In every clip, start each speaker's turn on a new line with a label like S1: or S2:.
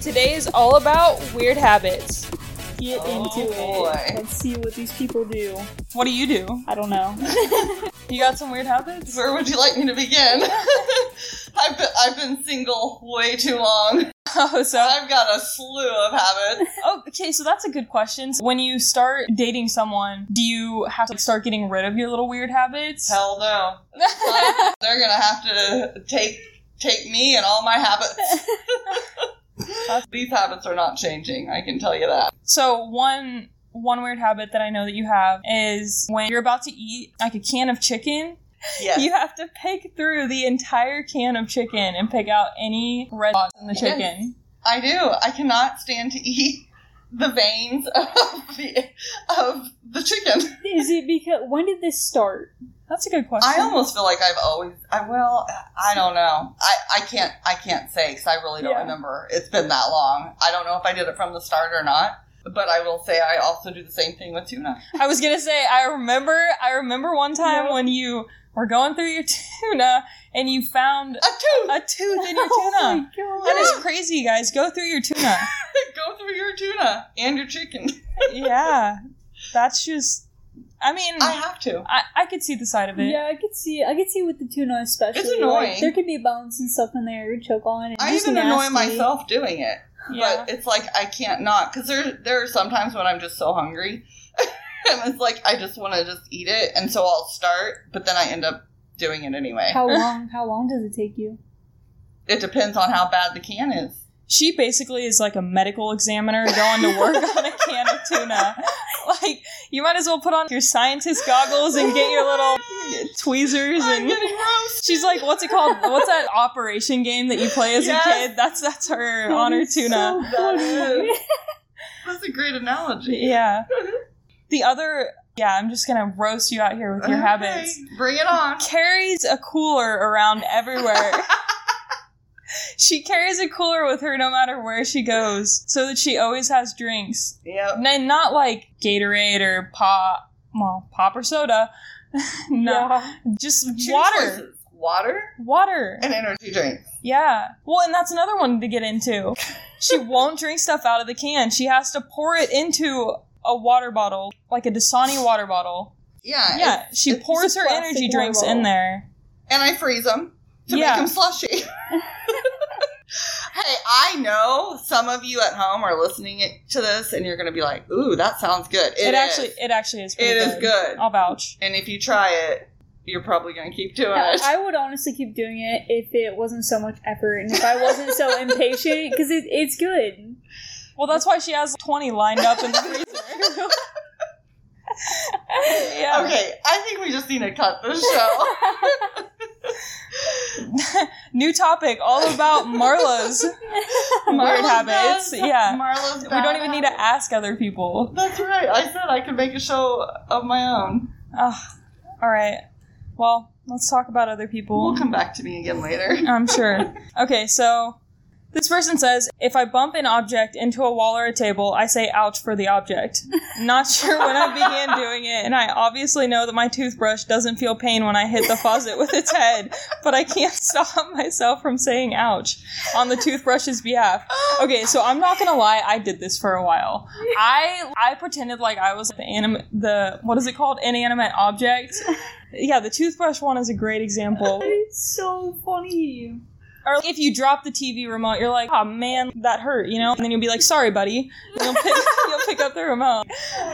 S1: today is all about weird habits.
S2: Get
S3: Oh,
S2: into
S3: boy.
S2: it. Let's see what these people do.
S1: What do you do?
S2: I don't know.
S1: You got some weird habits?
S3: Where would you like me to begin? I've been, I've been single way too long.
S1: Oh, so
S3: I've got a slew of habits.
S1: oh, okay, so that's a good question. So when you start dating someone, do you have to like, start getting rid of your little weird habits?
S3: Hell no. But they're gonna have to take take me and all my habits. These habits are not changing. I can tell you that.
S1: So one one weird habit that I know that you have is when you're about to eat like a can of chicken,
S3: Yes.
S1: you have to pick through the entire can of chicken and pick out any red spots in the
S3: Yes.
S1: chicken.
S3: I do. I cannot stand to eat the veins of the of the chicken.
S2: Is it because when did this start?
S1: That's a good question.
S3: I almost feel like I've always. I well, I don't know. I I can't I can't say because I really don't
S2: Yeah.
S3: remember. It's been that long. I don't know if I did it from the start or not. But I will say I also do the same thing with tuna.
S1: I was gonna say I remember I remember one time
S2: Yeah.
S1: when you were going through your tuna and you found
S3: A tooth.
S1: a tooth in your
S2: Oh
S1: tuna.
S2: my god.
S1: That is crazy, guys. Go through your tuna.
S3: Go through your tuna and your chicken.
S1: yeah, that's just. I mean,
S3: I have to.
S1: I, I could see the side of it.
S2: Yeah, I could see. I could see with the tuna especially.
S3: It's annoying.
S2: Like, there could be bones and stuff in there you choke on. And
S3: I
S2: just
S3: even annoy
S2: nasty.
S3: myself doing it,
S1: Yeah.
S3: but it's like I can't not because there there are sometimes when I'm just so hungry, and it's like I just want to just eat it, and so I'll start, but then I end up doing it anyway.
S2: How long? How long does it take you?
S3: it depends on how bad the can is.
S1: she basically is like a medical examiner going to work on a can of tuna. Like, you might as well put on your scientist goggles and get your little tweezers and.
S3: roasted.
S1: She's like, what's it called? What's that operation game that you play as
S3: Yes.
S1: a kid? That's that's her on her
S2: That is
S1: tuna.
S2: so funny.
S3: That's a great analogy.
S1: yeah. The other, yeah, I'm just gonna roast you out here with your
S3: Okay,
S1: habits.
S3: Bring it on.
S1: carries a cooler around everywhere. she carries a cooler with her no matter where she goes, so that she always has drinks.
S3: Yep.
S1: And not like Gatorade or pop, well, pop or soda. no,
S2: Yeah.
S1: just
S3: Two
S1: water.
S3: choices. Water
S1: Water.
S3: and energy drinks.
S1: Yeah. Well, and that's another one to get into. She won't drink stuff out of the can. She has to pour it into a water bottle, like a Dasani water bottle.
S3: Yeah.
S1: Yeah, she
S3: Uh, it's
S1: pours
S2: a
S1: her
S2: plastic
S1: energy
S2: water
S1: drinks in
S2: bottle.
S1: there.
S3: and I freeze them to
S1: Yeah.
S3: make them slushy. hey, I know some of you at home are listening it- to this, and you're going to be like, "Ooh, that sounds good."
S1: It,
S3: is.
S1: actually, it actually is. Pretty
S3: it is good.
S1: I'll vouch.
S3: And if you try it, you're probably going to keep doing it.
S2: I would honestly keep doing it if it wasn't so much effort and if I wasn't so impatient because it, it's good.
S1: Well, that's why she has twenty lined up in the freezer. yeah.
S3: Okay, I think we just need to cut this show.
S1: New topic, all about Marlo's weird
S3: Marla's
S1: habits.
S3: bad-
S1: Yeah.
S3: Marla's
S1: We
S3: bad
S1: don't even need to ask other people.
S3: That's right. I said I could make a show of my own.
S1: Ugh. all right. Well, let's talk about other people.
S3: We'll come back to me again later.
S1: I'm sure. Okay, so this person says if I bump an object into a wall or a table, I say ouch for the object. Not sure when I began doing it, and I obviously know that my toothbrush doesn't feel pain when I hit the faucet with its head, but I can't stop myself from saying ouch on the toothbrush's behalf. Okay, so I'm not gonna lie, I did this for a while. I I pretended like I was the anim the what is it called? Inanimate object. Yeah, the toothbrush one is a great example
S2: It's so funny.
S1: or like, if you drop the TV remote, you're like, "Oh man, that hurt," you know. And then you'll be like, "Sorry, buddy." And you'll pick, you'll pick up the remote.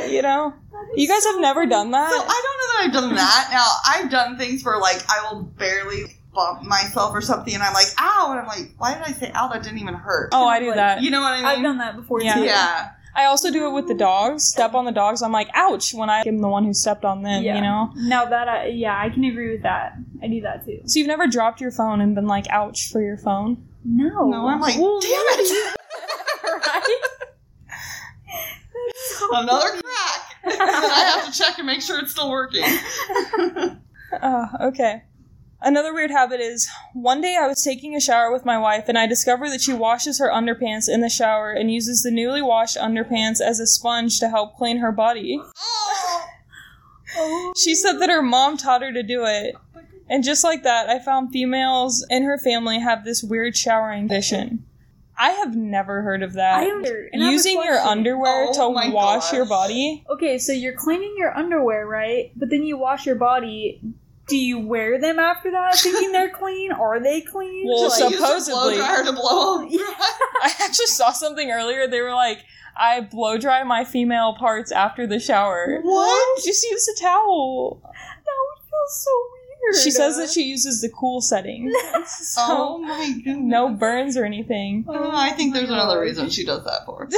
S1: You know. You guys have never done
S3: So
S1: that.
S3: I don't know that I've done that. Now I've done things where like I will barely bump myself or something, and I'm like, "Ow!" and I'm like, "Why did I say ow? That didn't even hurt."
S1: Oh, I do that.
S3: you know what I mean?
S2: I've done that before
S1: Yeah.
S2: too.
S3: yeah,
S1: I also do it with the dogs. Step on the dogs. I'm like, "Ouch!" When I am the one who stepped on them.
S2: Yeah.
S1: You know.
S2: Now that I yeah, I can agree with that. I do that too.
S1: So you've never dropped your phone and been like, "Ouch" for your phone.
S2: No.
S3: No, I'm like,
S2: Well,
S3: damn
S2: no,
S3: it.
S2: you- right? That's so
S3: another crack. and then I have to check and make sure it's still working.
S1: Uh, okay. Another weird habit is one day I was taking a shower with my wife and I discovered that she washes her underpants in the shower and uses the newly washed underpants as a sponge to help clean her body.
S3: oh,
S2: Oh.
S1: She said that her mom taught her to do it. And just like that, I found females in her family have this weird showering tradition. I have never heard of that.
S2: I don't- and I have a
S1: Using your
S2: question.
S1: underwear
S3: Oh my
S1: to wash
S3: gosh.
S1: your body.
S2: Okay, so you're cleaning your underwear, right? But then you wash your body. Do you wear them after that, thinking they're clean? Are they clean?
S1: Well,
S2: like,
S3: Just use a
S1: supposedly-
S3: blow dryer to blow. 'em
S2: Yeah.
S3: dry.
S1: I actually saw something earlier. They were like, I blow dry my female parts after the shower.
S3: What?
S1: Just use a towel.
S2: that would feel so weird.
S1: She says that she uses the cool setting. so
S3: Oh my goodness.
S1: no burns or anything.
S3: Oh, I think
S2: my
S3: there's another
S2: God.
S3: reason she does that for.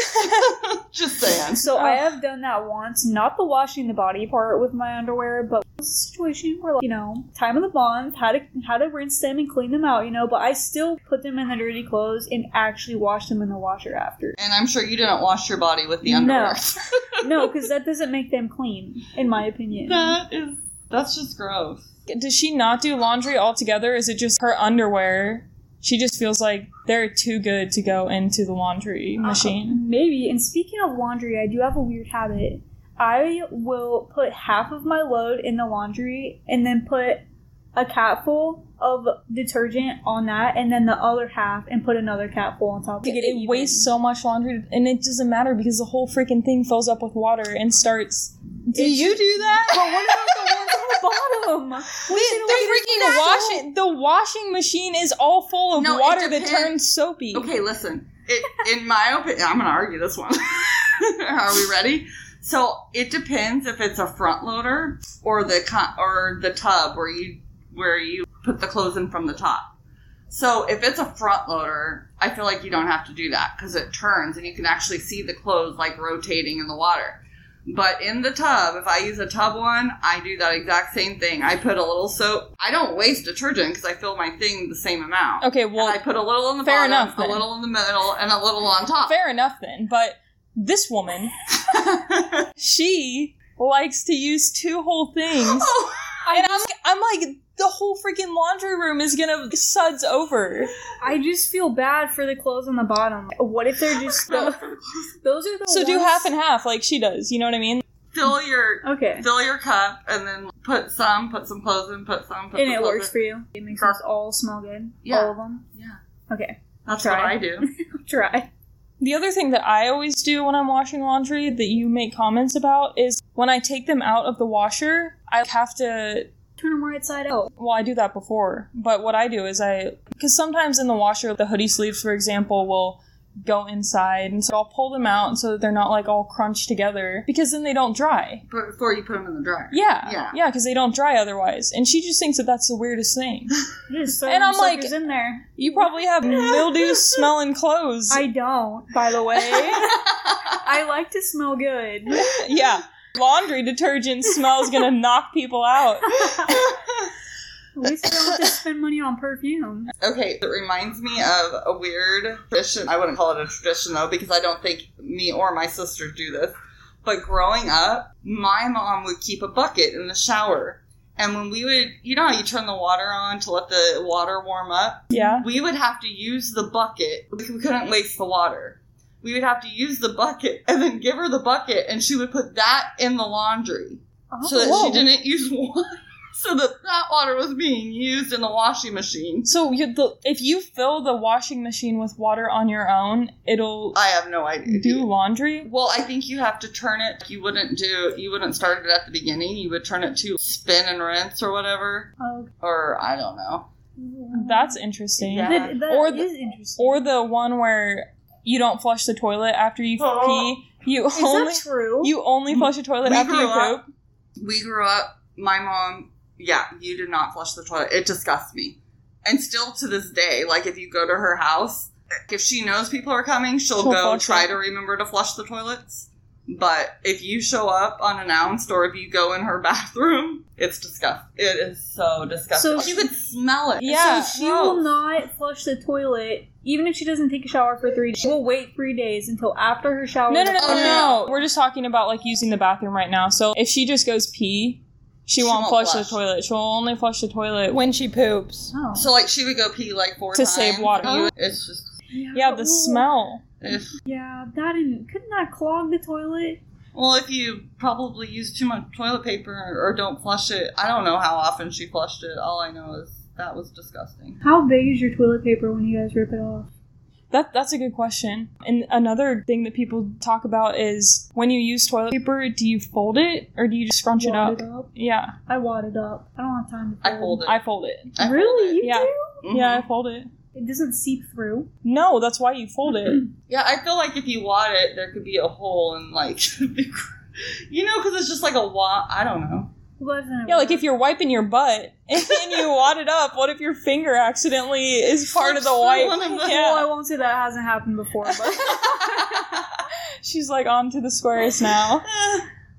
S3: Just saying.
S2: So I have done that once, not the washing the body part with my underwear, but it was a situation where, like, you know, time of the month, how to how to rinse them and clean them out, you know. But I still put them in the dirty clothes and actually wash them in the washer after.
S3: And I'm sure you didn't wash your body with the
S2: No.
S3: underwear.
S2: no, because that doesn't make them clean, in my opinion.
S3: that is that's just gross.
S1: Does she not do laundry altogether? Is it just her underwear? She just feels like they're too good to go into the laundry
S2: Uh-huh.
S1: machine.
S2: Uh, Maybe. And speaking of laundry, I do have a weird habit. I will put half of my load in the laundry and then put a capful of detergent on that and then the other half and put another capful on top to get it,
S1: it
S2: even.
S1: wastes so much laundry, and it doesn't matter because the whole freaking thing fills up with water and starts. Do
S2: It's-
S1: you do that?
S2: But what about the ones on the bottom?
S1: The, freaking washing the washing machine is all full of
S3: No, it
S1: water that
S3: depends.
S1: turns soapy.
S3: Okay, listen. It, in my opinion, I'm gonna argue this one. Are we ready? So it depends if it's a front loader or the co- or the tub where you where you put the clothes in from the top. So if it's a front loader, I feel like you don't have to do that because it turns and you can actually see the clothes like rotating in the water. But in the tub, if I use a tub one, I do that exact same thing. I put a little soap. I don't waste detergent because I fill my thing the same amount.
S1: Okay,
S3: And
S1: well,
S3: I put a little in the
S1: fair
S3: bottom,
S1: enough,
S3: a
S1: then.
S3: little in the middle, and a little on top.
S1: fair enough then. But this woman, she likes to use two whole things.
S3: Oh,
S1: and I'm, I'm like, the whole freaking laundry room is gonna suds over.
S2: I just feel bad for the clothes on the bottom. What if they're just the, those are the
S1: So do
S2: ones-
S1: half and half, like she does. You know what I mean?
S3: fill your
S2: Okay,
S3: fill your cup, and then put some, put some clothes in, put some, put
S2: and
S3: some
S2: it
S3: clothes
S2: works
S3: in.
S2: for you. It makes us all smell good.
S3: Yeah.
S2: All of them.
S3: Yeah.
S2: Okay,
S3: That's
S2: Try.
S3: what I do.
S2: try.
S1: The other thing that I always do when I'm washing laundry that you make comments about is when I take them out of the washer, I have to.
S2: Turn them right side out.
S1: Well, I do that before, but what I do is I. Because sometimes in the washer, the hoodie sleeves, for example, will go inside, and so I'll pull them out so that they're not like all crunched together because then they don't dry.
S3: But Before you put them in the dryer.
S1: Yeah.
S3: Yeah.
S1: Yeah, because they don't dry otherwise. And she just thinks that that's the weirdest thing.
S2: Just
S1: And I'm like-
S2: in there.
S1: You probably have mildew smelling clothes.
S2: I don't. By the way, I like to smell good.
S1: yeah. Laundry detergent smells gonna knock people out.
S2: At least I don't have to spend money on perfume.
S3: okay, it reminds me of a weird tradition. I wouldn't call it a tradition though, because I don't think me or my sisters do this. But growing up, my mom would keep a bucket in the shower. And when we would, you know how you turn the water on to let the water warm up?
S1: Yeah.
S3: we would have to use the bucket. We couldn't waste the water. We would have to use the bucket and then give her the bucket, and she would put that in the laundry
S2: Oh,
S3: so that
S1: whoa.
S3: she didn't use water. So that that water was being used in the washing machine.
S1: So you, the, if you fill the washing machine with water on your own, it'll
S3: I have no idea.
S1: do laundry.
S3: Well, I think you have to turn it. You wouldn't do. You wouldn't start it at the beginning. You would turn it to spin and rinse or whatever,
S2: Oh,
S3: or I don't know.
S1: That's interesting.
S3: Yeah.
S2: that, that
S1: Or the-
S2: is interesting.
S1: Or the one where you don't flush the toilet after you
S3: Oh.
S1: pee. You
S2: is
S1: only
S2: that true?
S1: you only flush the toilet
S3: We
S1: after you
S3: grew
S1: poop.
S3: up- we grew up my mom yeah you did not flush the toilet it disgusts me and still to this day like if you go to her house if she knows people are coming she'll,
S1: She'll
S3: go
S1: flush
S3: try
S1: it.
S3: to remember to flush the toilets but if you show up unannounced or if you go in her bathroom it's disgust it is so disgusting
S2: So
S3: you could smell it
S1: Yeah.
S2: So she will not flush the toilet, even if she doesn't take a shower for three days. She will wait three days until after her shower.
S1: No, no, no,
S3: Oh,
S1: no,
S3: no.
S1: no. We're just talking about like using the bathroom right now. So if she just goes pee, she,
S3: She
S1: won't,
S3: won't
S1: flush,
S3: flush.
S1: the toilet. She'll only flush the toilet when she poops.
S2: Oh.
S3: so like she would go pee like four
S1: To
S3: times
S1: save water.
S3: You- it's just
S1: Yeah, the
S2: ooh.
S1: smell.
S3: if,
S2: Yeah, that and couldn't that clog the toilet?
S3: well if you probably use too much toilet paper or don't flush it i don't know how often she flushed it all i know is that was disgusting
S2: How big is your toilet paper when you guys rip it off?
S1: That that's a good question. And another thing that people talk about is when you use toilet paper, do you fold it or do you just scrunch it up?
S2: Wad it up.
S1: Yeah,
S2: I wad it up. I don't have time to
S3: I fold it.
S1: I fold it.
S3: I fold
S2: really?
S3: it.
S2: You
S1: Yeah.
S2: do?
S3: Mhm.
S1: Yeah, I fold it.
S2: It doesn't seep through.
S1: No, that's why you fold it.
S3: Yeah, I feel like if you wad it, there could be a hole in like, you know, because it's just like a wad. I don't know.
S2: Well, that's not
S1: Yeah, like
S2: right.
S1: if you're wiping your butt and you wad it up, what if your finger accidentally is part of the
S3: Slips through
S1: wipe?
S3: one of the-
S1: Yeah.
S2: Well, I won't say that hasn't happened before, but
S1: She's like on to the squares now.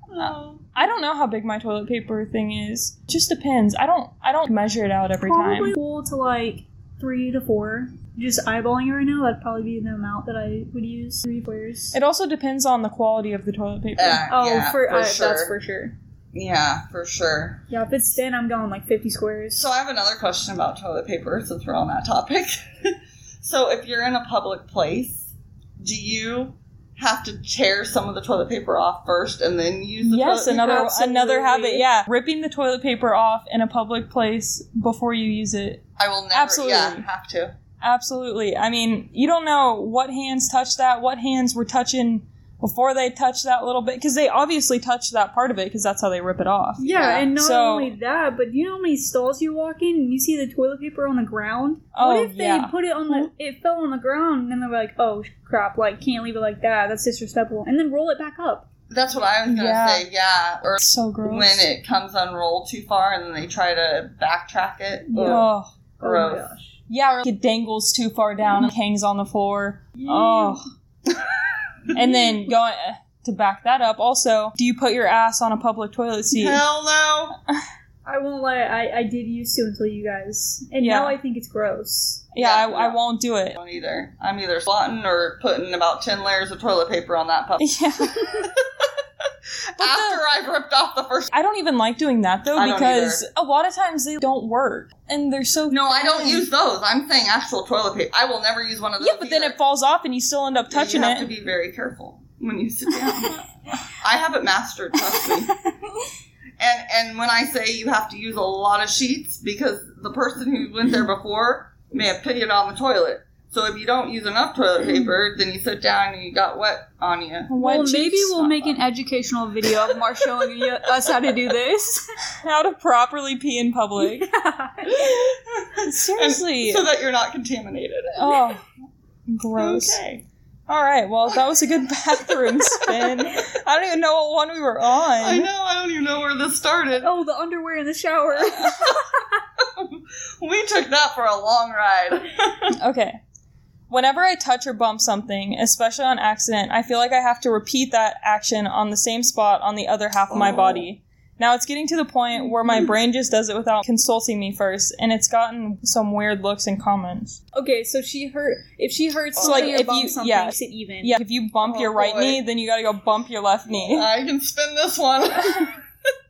S3: Oh.
S1: I don't know how big my toilet paper thing is. Just depends. I don't I don't measure it out every
S2: probably
S1: time.
S2: full to like three to four. Just eyeballing it right now, that'd probably be the amount that I would use. Three squares.
S1: It also depends on the quality of the toilet paper.
S3: Yeah,
S2: oh,
S3: yeah,
S2: for, I,
S3: sure.
S2: that's for sure.
S3: yeah, for sure.
S2: Yeah, if it's thin, I'm going like 50 squares.
S3: So I have another question about toilet paper since we're on that topic. so if you're in a public place, do you have to tear some of the toilet paper off first and then use the
S1: Yes,
S3: toilet
S1: another
S3: paper?
S1: another
S2: Absolutely.
S1: habit. Yeah, ripping the toilet paper off in a public place before you use it.
S3: I will never.
S1: Absolutely.
S3: Yeah, have to.
S1: Absolutely. I mean, you don't know what hands touched that, what hands were touching before they touched that little bit because they obviously touched that part of it because that's how they rip it off.
S2: yeah,
S3: Yeah.
S2: and not
S1: So-
S2: only that, but you know how many stalls you walk in and you see the toilet paper on the ground?
S1: Oh,
S2: what if they
S1: yeah.
S2: put it on the, it fell on the ground and then they're like, oh crap, like can't leave it like that, that's disrespectful, and then roll it back up.
S3: That's what I was gonna
S1: Yeah.
S3: say. Yeah, or
S1: It's so gross.
S3: when it comes unrolled too far and then they try to backtrack it. Ugh,
S1: oh.
S2: Oh my
S3: gross.
S2: gosh.
S1: Yeah, or like it dangles too far down and hangs on the floor.
S2: Yeah.
S1: Oh. and then going eh, to back that up, also, do you put your ass on a public toilet seat?
S3: Hell no.
S2: I won't lie, I, I did used to until you guys, and
S1: Yeah.
S2: now I think it's gross.
S1: Yeah, I,
S3: Yeah.
S1: I won't do
S3: I
S1: it.
S3: don't either. I'm either swatting or putting about ten layers of toilet paper on that puppy
S1: Yeah.
S3: after
S1: the-
S3: I've ripped off the first.
S1: I don't even like doing that though
S3: I don't
S1: because a lot of times they don't work and they're so
S3: No, I don't
S1: thin.
S3: use those. I'm saying actual toilet paper. I will never use one of those.
S1: Yeah, but then
S3: either.
S1: it falls off and you still end up touching
S3: you have
S1: it.
S3: to be very careful when you sit down. I haven't mastered, trust me. And and when I say you have to use a lot of sheets because the person who went there before may have put it on the toilet. So if you don't use enough toilet paper, then you sit down and you got wet on you.
S1: Wet
S2: well, maybe
S1: cheeks.
S2: we'll make an educational video of Mar showing you- us how to do this.
S1: how to properly pee in public. Seriously.
S3: so that you're not contaminated.
S1: oh, gross.
S3: Okay.
S1: All right. Well, that was a good bathroom spin. I don't even know what one we were on.
S3: I know. I don't even know where this started.
S2: oh, the underwear in the shower.
S3: We took that for a long ride.
S1: Okay. Whenever I touch or bump something, especially on accident, I feel like I have to repeat that action on the same spot on the other half of my
S3: Oh.
S1: body. Now it's getting to the point where my brain just does it without consulting me first, and it's gotten some weird looks and comments.
S2: okay, so she hurt. If she hurts,
S1: So, like,
S2: somebody or
S1: if
S2: bumps
S1: you-
S2: Oh, something,
S1: yeah.
S2: makes it even.
S1: Yeah, if you bump
S3: Oh,
S1: your right
S3: boy.
S1: knee, then you gotta go bump your left knee.
S3: I can spin this one.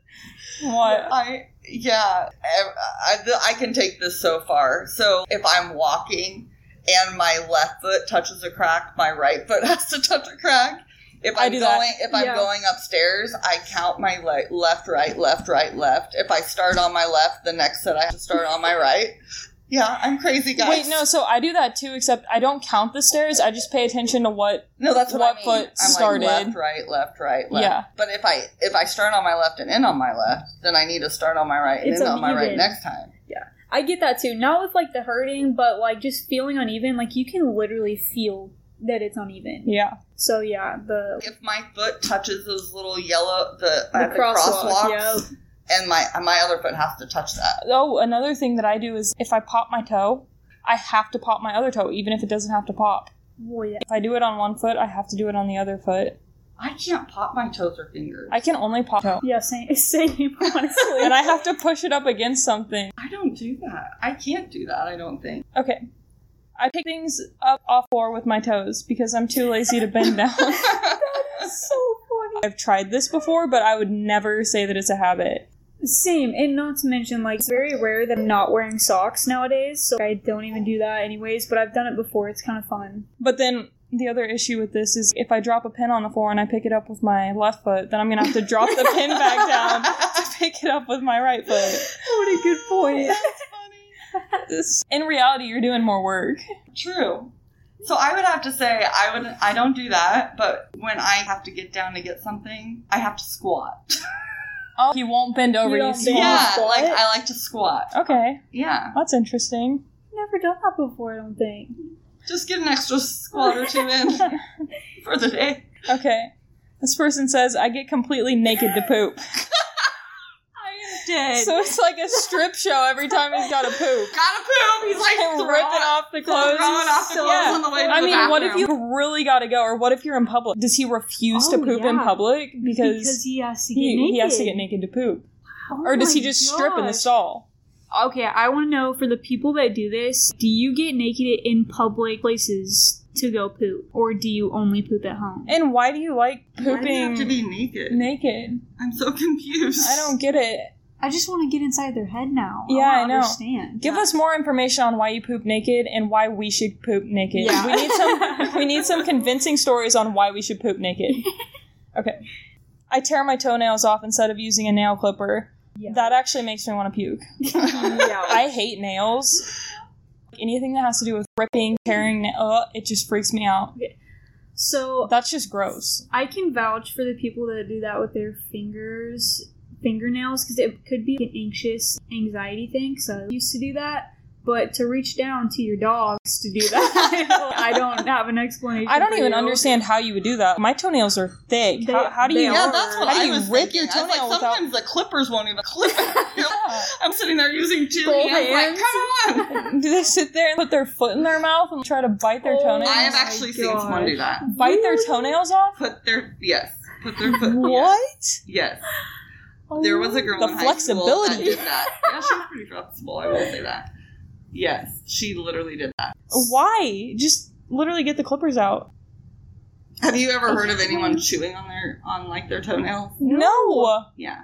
S1: what?
S3: I yeah, I, I, I can take this so far. So if I'm walking and my left foot touches a crack, my right foot has to touch a crack. If
S1: I
S3: I'm
S1: do that.
S3: going, if I'm
S2: Yeah.
S3: going upstairs, I count my le- left, right, left, right, left. If I start on my left, the next set I have to start on my right. Yeah, I'm crazy, guys.
S1: Wait, no, so I do that too, except I don't count the stairs, I just pay attention to what.
S3: No, that's what,
S1: what
S3: I mean.
S1: foot
S3: I'm
S1: started.
S3: Like left, right, left, right, left.
S1: Yeah.
S3: But if I if I start on my left and end on my left, then I need to start on my right and
S2: It's
S3: end on my right
S2: uneven.
S3: next time.
S2: I get that too. Not with like the hurting, but like just feeling uneven. Like you can literally feel that it's uneven.
S1: Yeah.
S2: So yeah, the,
S3: If my foot touches those little yellow the,
S2: the
S3: at the
S2: crosswalk.
S3: crosswalks,
S2: yeah.
S3: and my my other foot has to touch that.
S1: Oh, another thing that I do is if I pop my toe, I have to pop my other toe, even if it doesn't have to pop.
S2: Well, yeah.
S1: If I do it on one foot, I have to do it on the other foot.
S3: I can't pop my toes or fingers.
S1: I can only pop toe.
S2: Yeah, same, same, honestly.
S1: And I have to push it up against something.
S3: I don't do that. I can't do that. I don't think.
S1: Okay. I pick things up off floor with my toes because I'm too lazy to bend down.
S2: so funny.
S1: I've tried this before, but I would never say that it's a habit.
S2: Same, and not to mention, like, it's very rare that I'm not wearing socks nowadays, so I don't even do that anyways, but I've done it before. It's kind of fun.
S1: But then the other issue with this is if I drop a pin on the floor and I pick it up with my left foot, then I'm gonna have to drop the pin back down to pick it up with my right foot.
S2: What a good point.
S3: That's funny.
S1: This- in reality, you're doing more work.
S3: True. So I would have to say I would I don't do that, but when I have to get down to get something, I have to squat.
S1: Oh, he won't bend over
S2: You
S1: you.
S2: don't
S1: squat.
S2: wanna
S3: yeah,
S2: squat?
S3: like I like to squat.
S1: Okay,
S3: Yeah,
S1: that's interesting.
S2: Never done that before, I don't think.
S3: just get an extra squat or two in for the day.
S1: Okay. This person says, I get completely naked to poop.
S2: I am dead.
S1: So it's like a strip show every time he's got to poop.
S3: Gotta poop. He's like
S1: And
S3: throwing,
S1: ripping off the clothes.
S3: throwing off the
S1: So-
S3: clothes on the way to
S1: I
S3: the
S1: mean,
S3: bathroom.
S1: what if you really got to go, or what if you're in public? Does he refuse to
S2: Oh,
S1: poop in
S2: yeah.
S1: public because,
S2: he has to get
S1: he,
S2: naked.
S1: he has to get naked to poop,
S2: Oh
S1: or does
S2: my
S1: he just strip in the
S2: gosh.
S1: stall?
S2: Okay, I want to know for the people that do this, do you get naked in public places to go poop, or do you only poop at home?
S1: And why do you like
S3: Why do you
S1: pooping
S3: have to be naked?
S1: naked?
S3: I'm so confused.
S1: I don't get it.
S2: I just want to get inside their head now.
S1: Yeah,
S2: I, wanna
S1: I know.
S2: Understand?
S1: Give
S2: Yeah.
S1: us more information on why you poop naked and why we should poop naked.
S2: Yeah.
S1: We need some we need some convincing stories on why we should poop naked. Okay. I tear my toenails off instead of using a nail clipper.
S2: Yeah.
S1: That actually makes me want to puke.
S2: yeah.
S1: I hate nails. Anything that has to do with ripping, tearing, na- ugh, it just freaks me out.
S2: So
S1: That's just gross.
S2: I can vouch for the people that do that with their fingers, fingernails, because it could be an anxious anxiety thing. So I used to do that, but to reach down to your dogs to do that, I don't have an explanation.
S1: I don't
S2: for
S1: even
S2: you.
S1: understand how you would do that. My toenails are thick.
S2: They-
S1: how, how do
S2: they
S1: you?
S3: Yeah, that's what
S1: how do
S3: I
S1: you
S3: was
S1: rip
S3: thinking.
S1: your
S3: I was like,
S1: toenail without?
S3: sometimes the clippers won't even clip it.
S1: Yeah.
S3: I'm sitting there using two
S2: Both
S3: hands.
S2: hands.
S3: Like, come on.
S1: Do they sit there and put their foot in their mouth and try to bite their
S2: Oh,
S1: toenails?
S3: I have
S2: my
S3: actually seen
S2: gosh.
S3: someone do that.
S1: bite their toenails off?
S3: Put their yes. Put their foot.
S1: What?
S3: Yes.
S2: Oh,
S3: There was a girl
S1: The
S3: in high school that
S1: flexibility.
S3: did that. Yeah, she was pretty flexible. I will say that. Yes, she literally did that.
S1: Why? Just literally get the clippers out.
S3: Have you ever heard of anyone chewing on their on like their toenails?
S1: No.
S3: Yeah.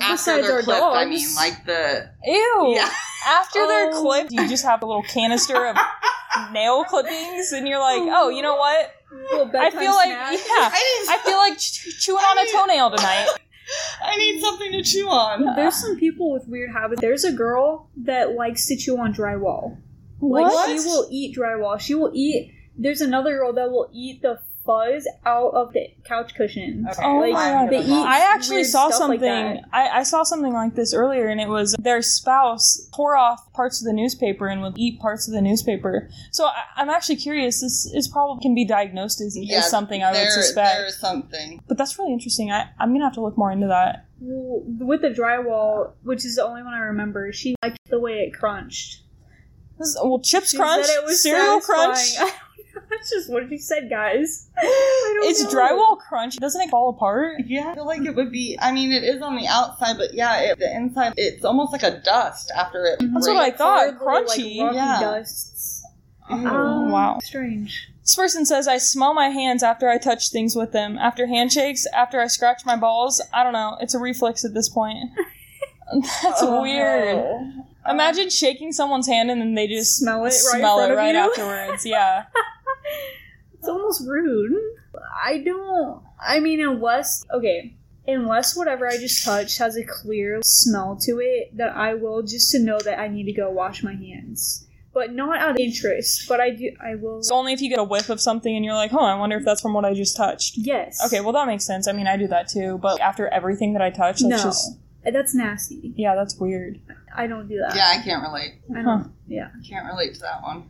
S3: After
S2: Besides
S3: they're
S2: our
S3: clipped, I
S2: dogs.
S3: mean, like the
S1: Ew.
S3: yeah.
S1: After they're
S2: Oh.
S1: clipped, you just have a little canister of nail clippings, and you're like, oh, you know what?
S2: Little
S1: I
S2: bedtime
S1: feel like
S2: snack.
S1: yeah.
S3: I need
S1: I feel like ch- chewing on a toenail tonight.
S3: I need something to chew on.
S2: There's some people with weird habits. There's a girl that likes to chew on drywall. Like she will eat drywall. She will eat. There's another girl that will eat the fuzz out of the couch cushion.
S3: Okay,
S1: Oh my
S3: I'm gonna
S1: God.
S2: They
S3: laugh.
S2: eat
S1: I actually
S2: weird
S1: saw
S2: stuff like
S1: something.
S2: that.
S1: I, I saw something like this earlier, and it was their spouse tore off parts of the newspaper and would eat parts of the newspaper. So I, I'm actually curious. This is probably can be diagnosed as,
S3: Yeah,
S1: as something I would
S3: there,
S1: suspect.
S3: There is something.
S1: But that's really interesting. I, I'm gonna have to look more into that.
S2: Well, with the drywall, which is the only one I remember, she liked the way it crunched.
S1: This is, well, chips
S2: She
S1: crunch,
S2: said it was
S1: cereal
S2: satisfying.
S1: crunch.
S2: That's just what she said, guys. I don't
S1: It's
S2: know.
S1: drywall crunch. Doesn't it fall apart?
S3: Yeah, I feel like it would be. I mean, it is on the outside, but yeah, it, the inside, it's almost like a dust after it.
S1: That's what I
S3: breaks.
S1: thought.
S2: Horrible, like,
S1: Crunchy. Oh,
S2: rocky
S3: yeah.
S2: dusts.
S3: Ew.
S2: Um,
S1: wow.
S2: Strange.
S1: This person says, I smell my hands after I touch things with them. After handshakes, after I scratch my balls. I don't know. It's a reflex at this point. That's
S3: Oh.
S1: weird. Imagine shaking someone's hand and then they just
S2: Uh, Smell it right in
S1: smell
S2: front
S1: it
S2: of
S1: right
S2: you.
S1: afterwards. Yeah.
S2: It's almost rude. I don't. I mean, unless okay, unless whatever I just touched has a clear smell to it, that I will just to know that I need to go wash my hands. But not out of interest. But I do. I will.
S1: It's only if you get a whiff of something and you're like, oh, I wonder if that's from what I just touched.
S2: yes.
S1: Okay, well, that makes sense. I mean, I do that too, but after everything that I touch, that's
S2: no,
S1: just.
S2: that's nasty.
S1: Yeah, that's weird.
S2: I don't do that.
S3: Yeah, I can't relate.
S2: I
S1: Huh.
S2: don't. Yeah.
S3: I can't relate to that one.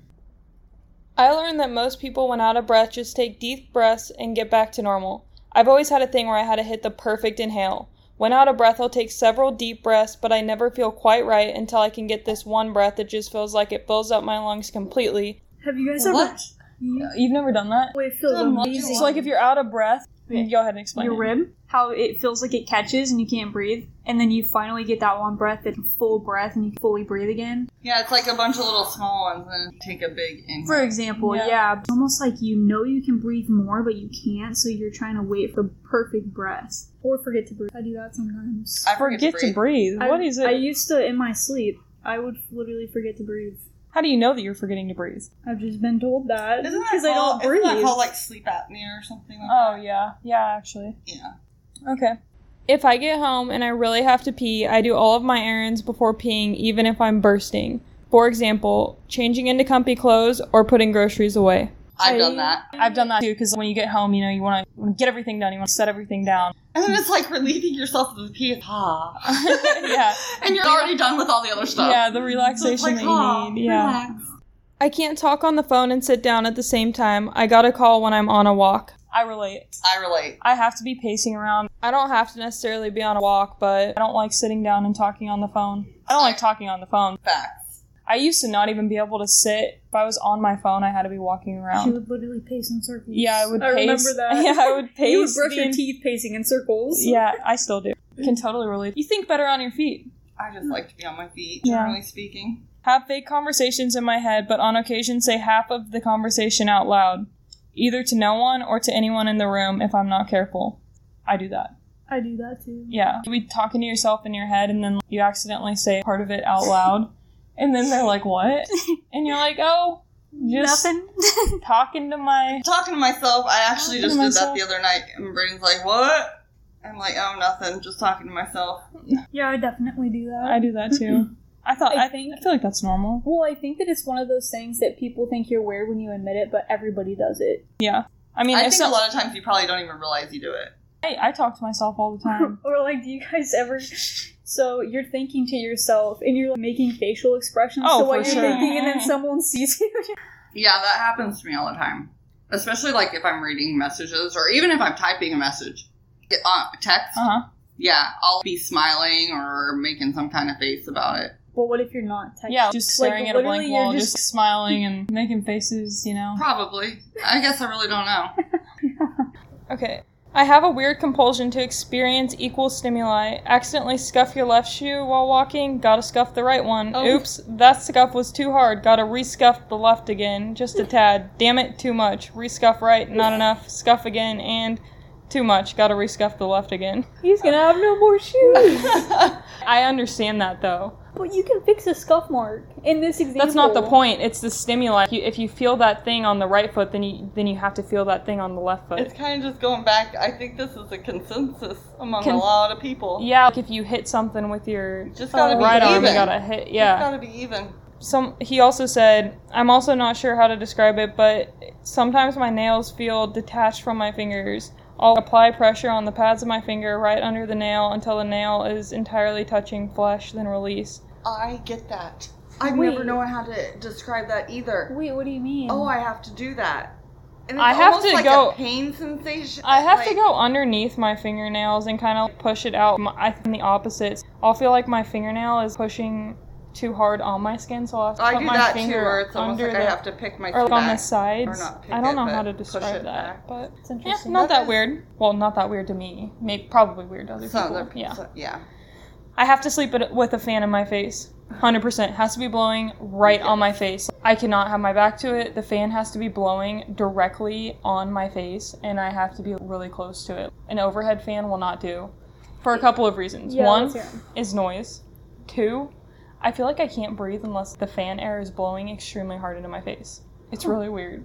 S1: I learned that most people, when out of breath, just take deep breaths and get back to normal. I've always had a thing where I had to hit the perfect inhale. When out of breath, I'll take several deep breaths, but I never feel quite right until I can get this one breath that just feels like it fills up my lungs completely.
S2: Have you guys ever?
S3: What?
S2: You,
S1: You've never done that?
S2: it feels
S3: Done what?
S2: amazing.
S1: It's like if you're out of breath,
S2: Okay.
S1: go ahead and explain.
S2: your
S1: it.
S2: rib, how it feels like it catches and you can't breathe, and then you finally get that one breath, that full breath, and you fully breathe again.
S3: Yeah, it's like a bunch of little small ones, and then take a big inhale.
S2: For example,
S1: Yeah.
S2: yeah. it's almost like you know you can breathe more, but you can't, so you're trying to wait for the perfect breath or forget to breathe. I do that sometimes.
S3: I
S1: Forget to breathe.
S2: I-
S1: what is it?
S2: I used to in my sleep. I would literally forget to breathe.
S1: How do you know that you're forgetting to breathe?
S2: I've just been told that
S3: Isn't that
S2: because I
S3: called,
S2: don't breathe.
S3: Isn't that called like sleep apnea or something like
S1: Oh,
S3: that?
S1: yeah. Yeah, actually.
S3: Yeah.
S1: Okay. If I get home and I really have to pee, I do all of my errands before peeing, even if I'm bursting. For example, changing into comfy clothes or putting groceries away.
S3: I've done that.
S1: I've done that too because when you get home, you know, you want to get everything done. You want to set everything down.
S3: And then it's like relieving yourself of the pee. Ah.
S1: yeah,
S3: and you're already done with all the other stuff.
S1: yeah, the
S3: So it's
S1: relaxation
S3: like,
S1: that
S3: ah,
S1: you need. Yeah.
S3: relax.
S1: I can't talk on the phone and sit down at the same time. I got a call when I'm on a walk. I relate.
S3: I relate.
S1: I have to be pacing around. I don't have to necessarily be on a walk, but I don't like sitting down and talking on the phone. I don't like talking on the phone.
S3: Facts.
S1: I used to not even be able to sit. If I was on my phone, I had to be walking
S2: She
S1: around.
S2: would literally pace in circles.
S1: Yeah, I would
S2: I
S1: pace.
S2: remember that.
S1: Yeah, I would pace.
S2: you would brush
S1: the
S2: your
S1: en-
S2: teeth pacing in circles.
S1: Yeah, I still do. Can totally relate. You think better on your feet.
S3: I just like to be on my feet,
S1: Yeah.
S3: generally speaking.
S1: Have fake conversations in my head, but on occasion say half of the conversation out loud, either to no one or to anyone in the room if I'm not careful. I do that.
S2: I do that too.
S1: Yeah. You be talking to yourself in your head and then you accidentally say part of it out loud. And then they're like, what? And you're like, oh, just
S2: Nothing.
S1: talking to my.
S3: Talking to myself, I actually just
S1: Talking
S3: did
S1: to
S3: that the other night, and Brayden's like, "What?" I'm like, "Oh, nothing. Just talking to myself."
S2: Yeah, I definitely do that.
S1: I do that too. I thought,
S2: I
S1: I,
S2: think-
S1: I feel like that's normal.
S2: well, I think that it's one of those things that people think you're weird when you admit it, but everybody does it.
S1: Yeah. I mean,
S3: I
S1: if
S3: think
S1: so-
S3: a lot of times you probably don't even realize you do it.
S1: I, I talk to myself all the time.
S2: or like, do you guys ever? So you're thinking to yourself, and you're like, making facial expressions
S1: Oh,
S2: to what
S1: for
S2: you're
S1: sure.
S2: thinking, and then someone sees you.
S3: Yeah, that happens to me all the time. Especially like if I'm reading messages or even if I'm typing a message, uh, text.
S1: Uh huh.
S3: Yeah, I'll be smiling or making some kind of face about it.
S2: well, what if you're not? Texting?
S1: Yeah, just
S2: Like,
S1: staring at a
S2: literally,
S1: blank
S2: you're
S1: wall,
S2: just-
S1: just, smiling and making faces, you know.
S3: Probably. I guess I really don't know.
S1: Okay. I have a weird compulsion to experience equal stimuli. Accidentally scuff your left shoe while walking, gotta scuff the right one.
S3: Oh.
S1: Oops, that scuff was too hard, gotta rescuff the left again, just a tad. Damn it, too much. Rescuff right, not enough. Scuff again, and too much, gotta rescuff the left again.
S2: He's gonna have no more shoes.
S1: I understand that though.
S2: but you can fix a scuff mark in this example.
S1: That's not the point. It's the stimuli. If you, if you feel that thing on the right foot, then you then you have to feel that thing on the left foot.
S3: It's kind of just going back. I think this is a consensus among
S1: Con-
S3: a lot of people.
S1: Yeah, like if you hit something with your
S3: Just gotta be
S1: right arm,
S3: even.
S1: you gotta hit. Yeah.
S3: It's gotta be even.
S1: Some he also said, I'm also not sure how to describe it, but sometimes my nails feel detached from my fingers. I'll apply pressure on the pads of my finger right under the nail until the nail is entirely touching flesh, then release.
S3: I get that. I
S2: Wait.
S3: never know how to describe that either.
S2: Wait, what do you mean?
S3: Oh, I have to do that. And it's
S1: I have
S3: almost
S1: to
S3: like
S1: go-
S3: A pain sensation.
S1: I have to
S3: like-
S1: go underneath my fingernails and kind of push it out. My- I think the opposite. I'll feel like my fingernail is pushing too hard on my skin, so I'll have to
S3: Oh, I
S1: put
S3: do
S1: my
S3: that too,
S1: finger
S3: where it's almost
S1: under
S3: like
S1: the
S3: I have to pick my
S1: or like on the
S3: back.
S1: sides.
S3: or not pick
S1: I don't
S3: it,
S1: know how
S3: but
S1: to
S3: push
S1: describe
S3: it
S1: that,
S3: back.
S1: but
S2: It's
S1: yeah,
S2: interesting.
S1: not that
S3: is-
S1: weird. Well, not that weird to me. Maybe probably weird to other
S3: So
S1: people.
S3: other people-
S1: yeah,
S3: so- yeah.
S1: I have to sleep it- with a fan in my face. Hundred percent has to be blowing right on my face. I cannot have my back to it. The fan has to be blowing directly on my face, and I have to be really close to it. An overhead fan will not do, for a couple of reasons.
S2: Yeah,
S1: One
S2: let's hear 'em.
S1: is noise. Two, I feel like I can't breathe unless the fan air is blowing extremely hard into my face. It's really weird.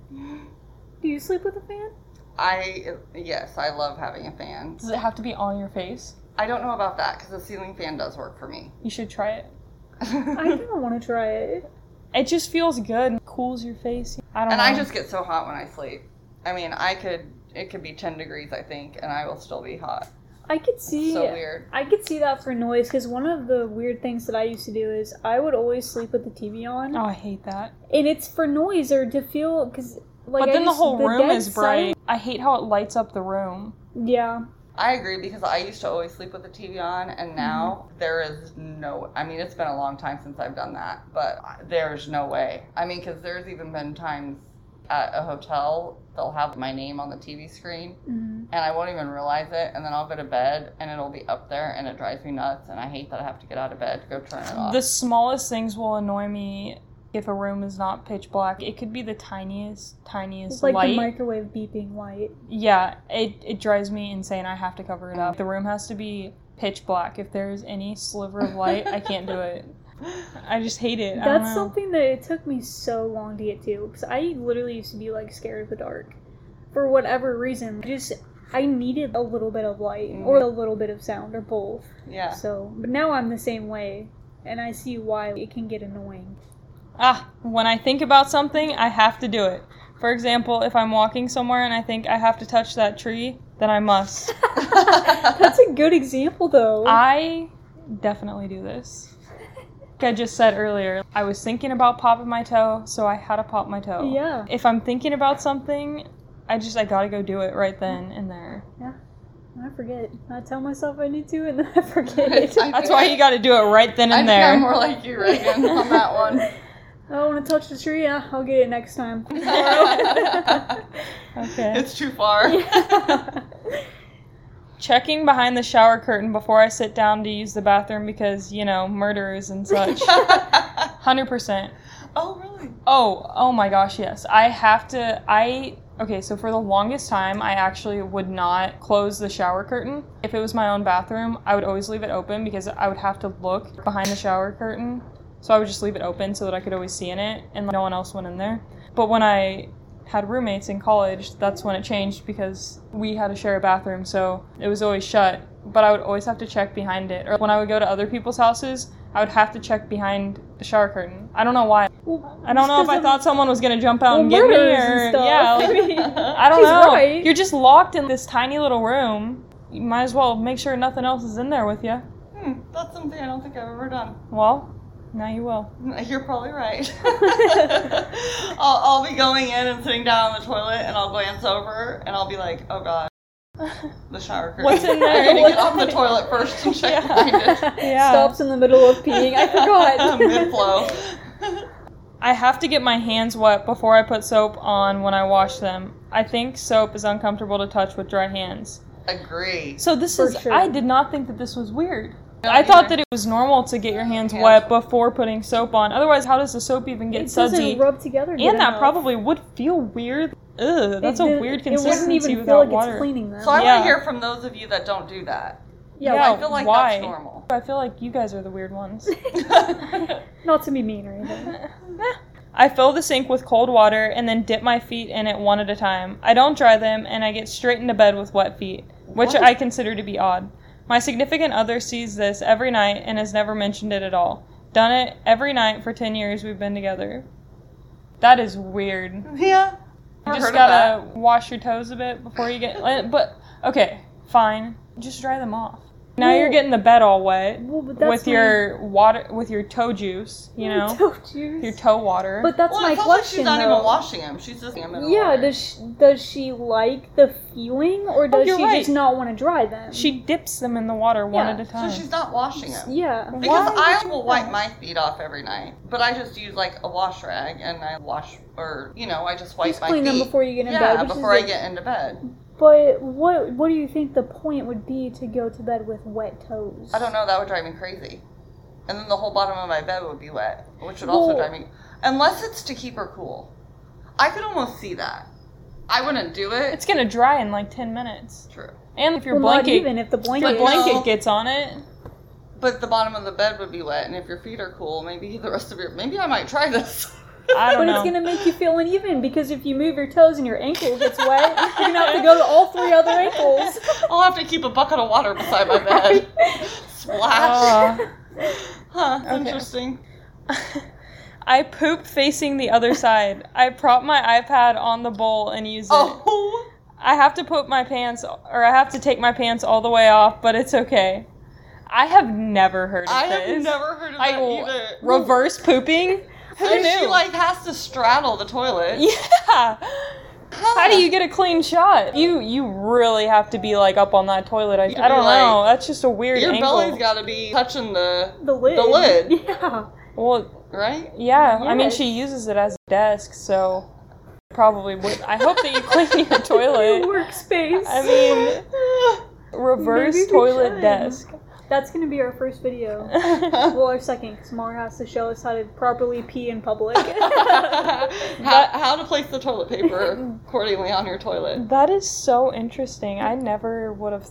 S2: Do you sleep with a fan?
S3: I yes, I love having a fan.
S1: Does it have to be on your face?
S3: I don't know about that because the ceiling fan does work for me.
S1: You should try it.
S2: I
S3: and
S2: kind of want to try it.
S1: It just feels good and cools your face. I don't know.
S3: I just get so hot when I sleep. I mean, I could it could be 10 degrees I think and I will still be hot.
S2: I could see.
S3: So weird.
S2: I could see that for noise because one of the weird things that I used to do is I would always sleep with the TV on,
S1: Oh, I hate that.
S2: and it's for noise or to feel because like.
S1: but
S2: I
S1: then the
S2: just-
S1: whole room
S2: dead
S1: is bright. I hate how it lights up the room.
S2: silence- Yeah,
S3: I agree because I used to always sleep with the TV on and now there is no I mean, it's been a long time since I've done that, but there's no way. I mean, cuz there's even been times at a hotel they'll have my name on the TV screen
S2: Mhm.
S3: and I won't even realize it. And then I'll go to bed, and it'll be up there, and it drives me nuts. And I hate that I have to get out of bed to go turn it off.
S1: The smallest things will annoy me if a room is not pitch black. It could be the tiniest, tiniest
S2: it's like
S1: light.
S2: the microwave beeping light.
S1: yeah, it, it drives me insane. I have to cover it up. The room has to be pitch black. If there's any sliver of light, I can't do it. I just hate it. I don't
S2: That's
S1: know.
S2: something that it took me so long to get to because I literally used to be like scared of the dark, for whatever reason. I Just I needed a little bit of light
S1: Mm.
S2: or a little bit of sound or both.
S3: yeah,
S2: So, but now I'm the same way, and I see why it can get annoying.
S1: Ah, when I think about something, I have to do it. For example, if I'm walking somewhere and I think I have to touch that tree, then I must.
S2: That's a good example, though.
S1: I definitely do this. Like I just said earlier, I was thinking about popping my toe, so I had to pop my toe.
S2: yeah.
S1: If I'm thinking about something, I just I gotta go do it right then and there.
S2: I forget. I tell myself I need to, and then I forget.
S3: I think
S1: That's why you gotta do it right then
S3: I
S1: and
S3: think
S1: there.
S3: I'm more like you, Reagan, on that one.
S2: I want to touch the tree. uh, I'll get it next time.
S1: okay.
S3: it's too far.
S1: Checking behind the shower curtain before I sit down to use the bathroom because you know murderers and such. Hundred percent.
S3: oh, really?
S1: Oh, oh my gosh, yes. I have to I okay, so for the longest time I actually would not close the shower curtain. If it was my own bathroom, I would always leave it open because I would have to look behind the shower curtain. So I would just leave it open so that I could always see in it and no one else went in there. But when I had roommates in college, that's when it changed because we had to share a bathroom, so it was always shut. But I would always have to check behind it. Or when I would go to other people's houses, I would have to check behind the shower curtain. I don't know why. I don't know if I thought someone was gonna jump out and get me or
S2: murders and stuff.
S1: yeah. like- I don't
S2: She's
S1: know.
S2: right.
S1: You're just locked in this tiny little room. You might as well make sure nothing else is in there with you.
S3: Hmm, that's something I don't think I've ever done.
S1: Well, now you will.
S3: You're probably right. I'll, I'll be going in and sitting down on the toilet, and I'll glance over, and I'll be like, "Oh God, the shower curtain."
S1: What's in
S3: I need to
S1: there?
S3: get off the toilet first and check behind it.
S1: Yeah.
S2: Stops in the middle of peeing. I forgot.
S3: Mid flow.
S1: I have to get my hands wet before I put soap on when I wash them. I think soap is uncomfortable to touch with dry hands.
S3: Agree.
S1: So this
S2: For
S1: is
S2: sure.
S1: I did not think that this was weird.
S3: No,
S1: I thought
S3: either.
S1: that it was normal to get your hands
S3: Yeah.
S1: wet before putting soap on. Otherwise, how does the soap even get
S2: it
S1: sudsy?
S2: doesn't rub together. good
S1: and that
S2: enough.
S1: probably would feel weird. Ugh, that's
S2: It
S1: a
S2: didn't-
S1: weird
S2: It
S1: consistency
S2: wouldn't even feel
S1: without
S2: like it's
S1: water.
S2: cleaning them.
S3: So I want
S1: Yeah.
S3: to hear from those of you that don't do that.
S2: yeah,
S1: Yeah.
S3: I feel like
S1: why?
S3: that's normal.
S1: I feel like you guys are the weird ones.
S2: not to be mean or anything.
S1: I fill the sink with cold water and then dip my feet in it one at a time. I don't dry them and I get straight into bed with wet feet, which
S3: What?
S1: I consider to be odd. My significant other sees this every night and has never mentioned it at all. Done it every night for 10 years we've been together. That is weird.
S3: yeah.
S1: You
S3: Never
S1: just
S3: heard
S1: gotta wash your toes a bit before you get. uh, But okay, fine. Just dry them off. Now you're
S2: Well-
S1: getting the bed all wet
S2: Well, but that's
S1: with
S2: my-
S1: your water, with your toe juice. You
S2: Your
S1: know,
S2: toe juice.
S1: your toe water.
S2: But that's
S3: well,
S2: my
S3: it sounds like
S2: question.
S3: she's not
S2: though.
S3: even washing him. She's just him in the
S2: Yeah,
S3: water.
S2: does she, does she like the feeling, or does
S1: Oh, you're
S2: she
S1: right.
S2: just not want to dry them?
S1: she dips them in the water one
S2: Yeah,
S1: at a
S3: so
S1: time.
S3: she's not washing him.
S2: yeah.
S3: Because
S1: Why
S3: I will wipe my feet off every night, but I just use like a wash rag and I wash, or you know, I just wipe
S2: Just
S3: my
S2: clean
S3: feet.
S2: them before you get in
S3: yeah,
S2: bed. which is
S3: before I
S2: the-
S3: get into bed.
S2: But what what do you think the point would be to go to bed with wet toes?
S3: I don't know. That would drive me crazy. And then the whole bottom of my bed would be wet, which would also
S2: Well-
S3: drive me. Unless it's to keep her cool, I could almost see that. I wouldn't do it.
S1: it's gonna dry in like ten minutes.
S3: true.
S1: And if your
S2: Well, not
S1: blanket,
S2: even if the
S1: if
S2: blanket.
S1: your
S3: But
S1: blanket
S3: no.
S1: gets on it.
S3: But the bottom of the bed would be wet, and if your feet are cool, maybe the rest of your maybe I might try this.
S1: I
S2: But
S1: don't know.
S2: it's gonna make you feel uneven because if you move your toes and your ankle gets wet, you're gonna have to go to all three other ankles.
S3: I'll have to keep a bucket of water beside my bed. Splash.
S1: Ah.
S3: huh, interesting.
S1: I poop facing the other side. I prop my iPad on the bowl and use it.
S3: Oh,
S1: I have to put my pants, or I have to take my pants all the way off, but it's okay. I have never heard of
S3: I
S1: this.
S3: have never heard of
S1: I
S3: that
S1: will-
S3: either.
S1: Reverse pooping? Who
S3: And
S1: knew?
S3: she like has to straddle the toilet.
S1: yeah. How do you get a clean shot? You you really have to be like up on that toilet. I,
S3: You
S1: I don't
S3: like-
S1: know. That's just a weird
S3: Your
S1: angle.
S3: belly's got to be touching the
S2: The lid.
S3: The lid.
S2: Yeah.
S1: well,
S3: right.
S1: yeah. I mean,
S2: Yes.
S1: she uses it as a desk, so probably would. I hope that you clean your
S2: Your
S1: toilet.
S2: workspace.
S1: I mean, reverse
S2: Maybe we
S1: toilet
S2: should.
S1: desk.
S2: That's gonna be our first video. Well, our second, because Mara has to show us how to properly pee in public.
S3: how, how to place the toilet paper accordingly on your toilet.
S1: That is so interesting. I never would have.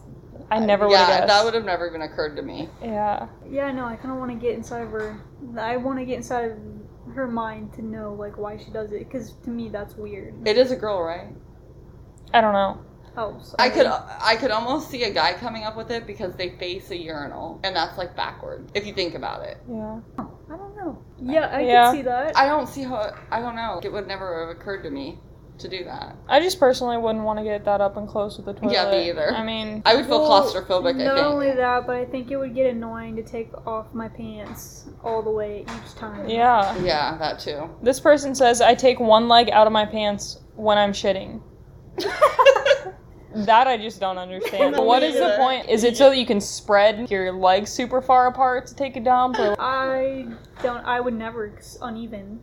S1: I never would have
S3: yeah,
S1: guessed.
S3: that would have never even occurred to me.
S1: yeah.
S2: yeah, no, I kind of want to get inside of her. I want to get inside of her mind to know like why she does it, because to me that's weird.
S3: It is a girl, right?
S1: I don't know.
S2: Oh, sorry.
S3: I
S4: uh,
S3: could I could almost see a guy coming up with it because they face a urinal and that's like backward if you think about it.
S1: Yeah.
S2: I don't know. Yeah, I
S1: Yeah.
S2: can see that.
S3: I don't see how I don't know. It would never have occurred to me. to do that.
S1: I just personally wouldn't want to get that up and close with the toilet.
S3: Yeah, me either.
S1: I mean,
S3: I would feel
S2: Well,
S3: claustrophobic. I
S2: Not
S3: think.
S2: only that, but I think it would get annoying to take off my pants all the way each time.
S1: yeah.
S3: yeah, that too.
S1: This person says I take one leg out of my pants when I'm shitting. That I just don't understand.
S2: Me
S1: what is the
S2: neither.
S1: point? Is it so that you can spread your legs super far apart to take a dump? Or
S2: I don't. I would never. 'cause uneven.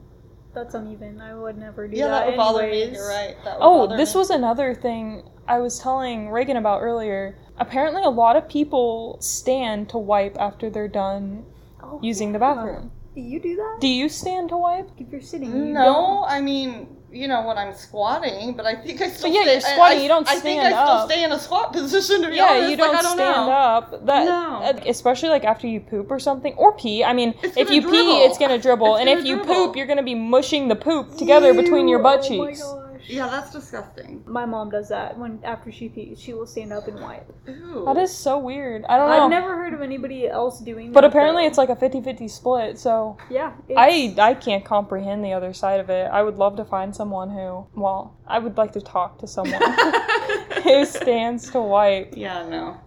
S2: That's uneven. I would never do
S4: Yeah, that would bother me.
S2: anyways.
S4: You're right. That would
S1: Oh,
S4: bother
S1: this
S4: me.
S1: was another thing I was telling Reagan about earlier. Apparently, a lot of people stand to wipe after they're done
S2: Oh,
S1: using the
S2: yeah.
S1: bathroom.
S2: Do you do that?
S1: Do you stand to wipe?
S2: If you're sitting, you don't.
S4: No, I mean, you know, when I'm squatting, but I think I still.
S1: But yeah,
S4: stay,
S1: you're squatting,
S4: I, I,
S1: you don't
S4: I think
S1: stand
S4: I still
S1: up.
S4: stay in a squat position to be
S1: yeah,
S4: honest.
S1: you don't,
S4: like, I don't
S1: stand
S4: know.
S1: up. That
S3: No.
S1: uh, especially like after you poop or something or pee. I mean,
S3: It's
S1: if
S3: gonna
S1: you
S3: dribble.
S1: pee, it's gonna dribble,
S3: It's
S1: and
S3: gonna
S1: if you
S3: dribble.
S1: poop, you're gonna be mushing the poop together between your
S2: Ew,
S1: butt
S2: oh
S1: cheeks.
S2: My, gosh.
S3: Yeah, that's disgusting.
S2: my mom does that when after she pees, she will stand up and wipe.
S3: Ew.
S1: That is so weird. I don't know.
S2: I've never heard of anybody else doing that.
S1: Oh. but apparently,
S2: though.
S1: it's like a 50-50 split. So
S2: yeah.
S1: I I can't comprehend the other side of it. I would love to find someone who, well, I would like to talk to someone who stands to wipe.
S3: yeah, no.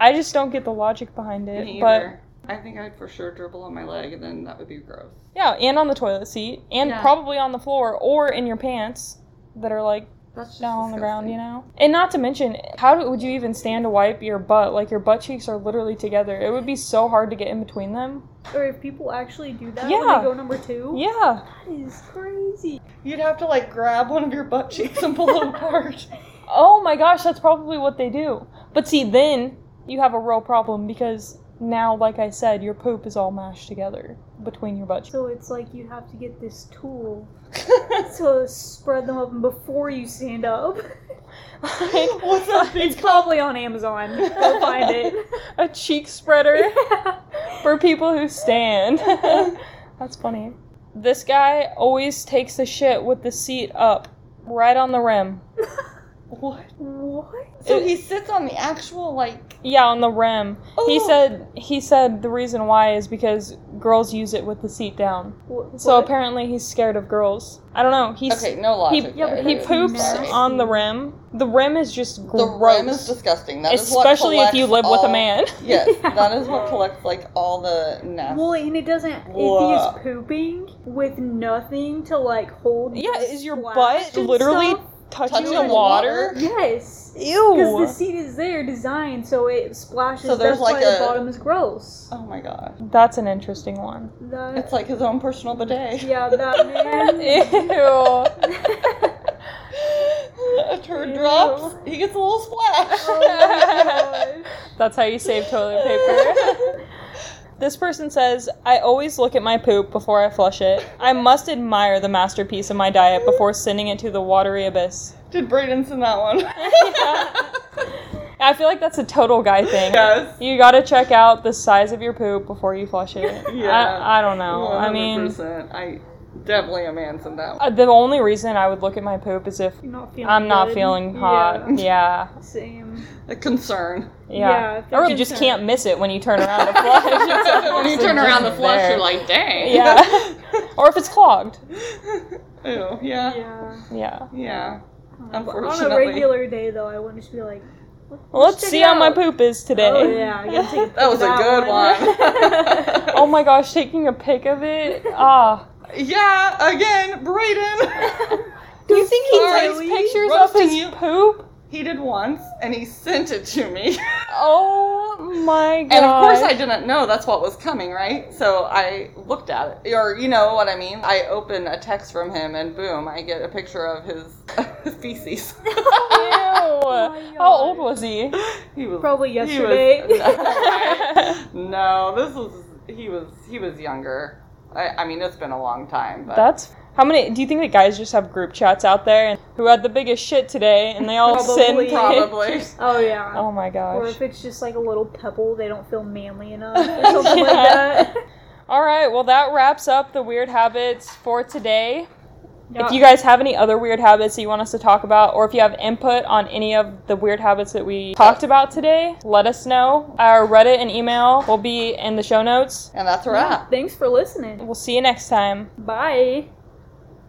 S1: I just don't get the logic behind it.
S3: Me
S1: but
S3: either. I think I'd for sure dribble on my leg, and then that would be gross.
S1: yeah, and on the toilet seat, and
S3: Yeah.
S1: probably on the floor or in your pants that are like
S3: That's just
S1: down on the
S3: disgusting.
S1: ground, you know. And not to mention, how do, would you even stand to wipe your butt? Like your butt cheeks are literally together. It would be so hard to get in between them.
S2: or if people actually do that when
S1: Yeah.
S2: they go number two,
S1: Yeah.
S2: that is crazy.
S4: You'd have to like grab one of your butt cheeks and pull it apart.
S1: Oh my gosh, that's probably what they do. But see, then you have a real problem because now, like I said, your poop is all mashed together between your butt cheeks.
S2: So it's like you have to get this tool to spread them open before you stand up.
S4: What's that
S2: It's probably on Amazon. Go find it.
S1: a cheek spreader for people who stand. That's funny. This guy always takes a shit with the seat up, right on the rim.
S4: What?
S2: What?
S4: So
S1: It-
S4: he sits on the actual like.
S1: Yeah, on the rim. He
S4: Oh.
S1: said he said the reason why is because girls use it with the seat down.
S2: Wh-
S1: So
S2: what?
S1: apparently he's scared of girls. I don't know. He's
S3: Okay, no logic.
S2: yeah,
S3: there.
S2: but
S1: he
S2: That's
S1: poops
S2: nasty.
S1: on the rim. The rim is just gross.
S3: The rim is disgusting. That is what
S1: especially if you live
S3: collects
S1: with a
S3: all-
S1: man.
S3: Yes, that is what collects like all the nasty.
S2: Well, and it doesn't.
S3: Blah.
S2: If he's pooping with nothing to like hold.
S1: yeah,
S2: the
S1: is your
S2: splash
S1: butt
S2: and
S1: literally
S2: stuff,
S1: touching,
S3: Touching
S1: the
S3: the
S1: water?
S3: water?
S2: Yes. Because
S1: Ew.
S2: the seat is there designed so it splashes.
S3: Oh. So there's
S2: That's
S3: like
S2: why the
S3: a-
S2: bottom is gross.
S3: oh my god,
S1: That's an interesting one.
S2: That,
S3: it's like his own personal bidet.
S2: yeah, that man.
S1: Ew.
S3: a turd drops, he gets a little
S2: Oh
S3: splash.
S1: That's how you save toilet paper. this person says, I always look at my poop before I flush it. I must admire the masterpiece of my diet before sending it to the watery abyss.
S3: Did Brayden send that one?
S1: I feel like that's a total guy thing.
S3: yes.
S1: You gotta check out the size of your poop before you flush it.
S3: Yeah.
S1: I, I don't know. I mean,
S3: 100%. I definitely a man sent that one.
S1: uh, the only reason I would look at my poop is if
S2: You're not feeling
S1: I'm not
S2: good.
S1: feeling hot. Yeah.
S2: Yeah, same.
S3: A concern.
S1: Yeah.
S2: Yeah, if
S1: or
S2: it's
S1: you just
S2: in-
S1: can't miss it when you turn around to flush. It's like,
S3: when you
S1: it's
S3: turn around the
S1: just
S3: flush,
S1: there.
S3: you're like, dang.
S1: Yeah. or if it's clogged.
S3: Ew, yeah. Yeah.
S2: Yeah. Um,
S1: Yeah.
S2: On
S3: Unfortunately.
S2: a regular day, though, I wouldn't just be like,
S1: Let's
S2: check
S1: see
S2: it
S1: how my
S2: out.
S1: poop is today.
S2: oh yeah, I gotta take a
S3: That was a good one.
S1: Oh my gosh, taking a pic of it. Ah.
S3: yeah, again, Brayden.
S1: Do you think he
S3: Sorry.
S1: takes pictures of
S3: Roasting
S1: his
S3: you.
S1: poop?
S3: he did once, and he sent it to me.
S1: Oh my god.
S3: And of course, I didn't know that's what was coming, right? So I looked at it, or you know what I mean. I open a text from him, and boom, I get a picture of his feces.
S1: Ew.
S2: my
S1: How
S2: God.
S1: old was he?
S3: he was
S2: Probably
S3: he was-
S2: yesterday.
S3: no, this was he was he was younger. I, I mean, it's been a long time, but
S1: That's how many do you think that guys just have group chats out there and who had the biggest shit today and they all send
S2: Probably.
S3: probably.
S2: Oh yeah.
S1: Oh my
S2: Or
S1: gosh.
S2: if it's just like a little pebble, they don't feel manly enough or something like that.
S1: All right, well that wraps up the weird habits for today.
S2: Yeah.
S1: If you guys have any other weird habits that you want us to talk about, or if you have input on any of the weird habits that we talked about today, let us know. Our Reddit and email will be in the show notes.
S3: And that's a wrap.
S2: Thanks for listening.
S1: We'll see you next time.
S2: Bye.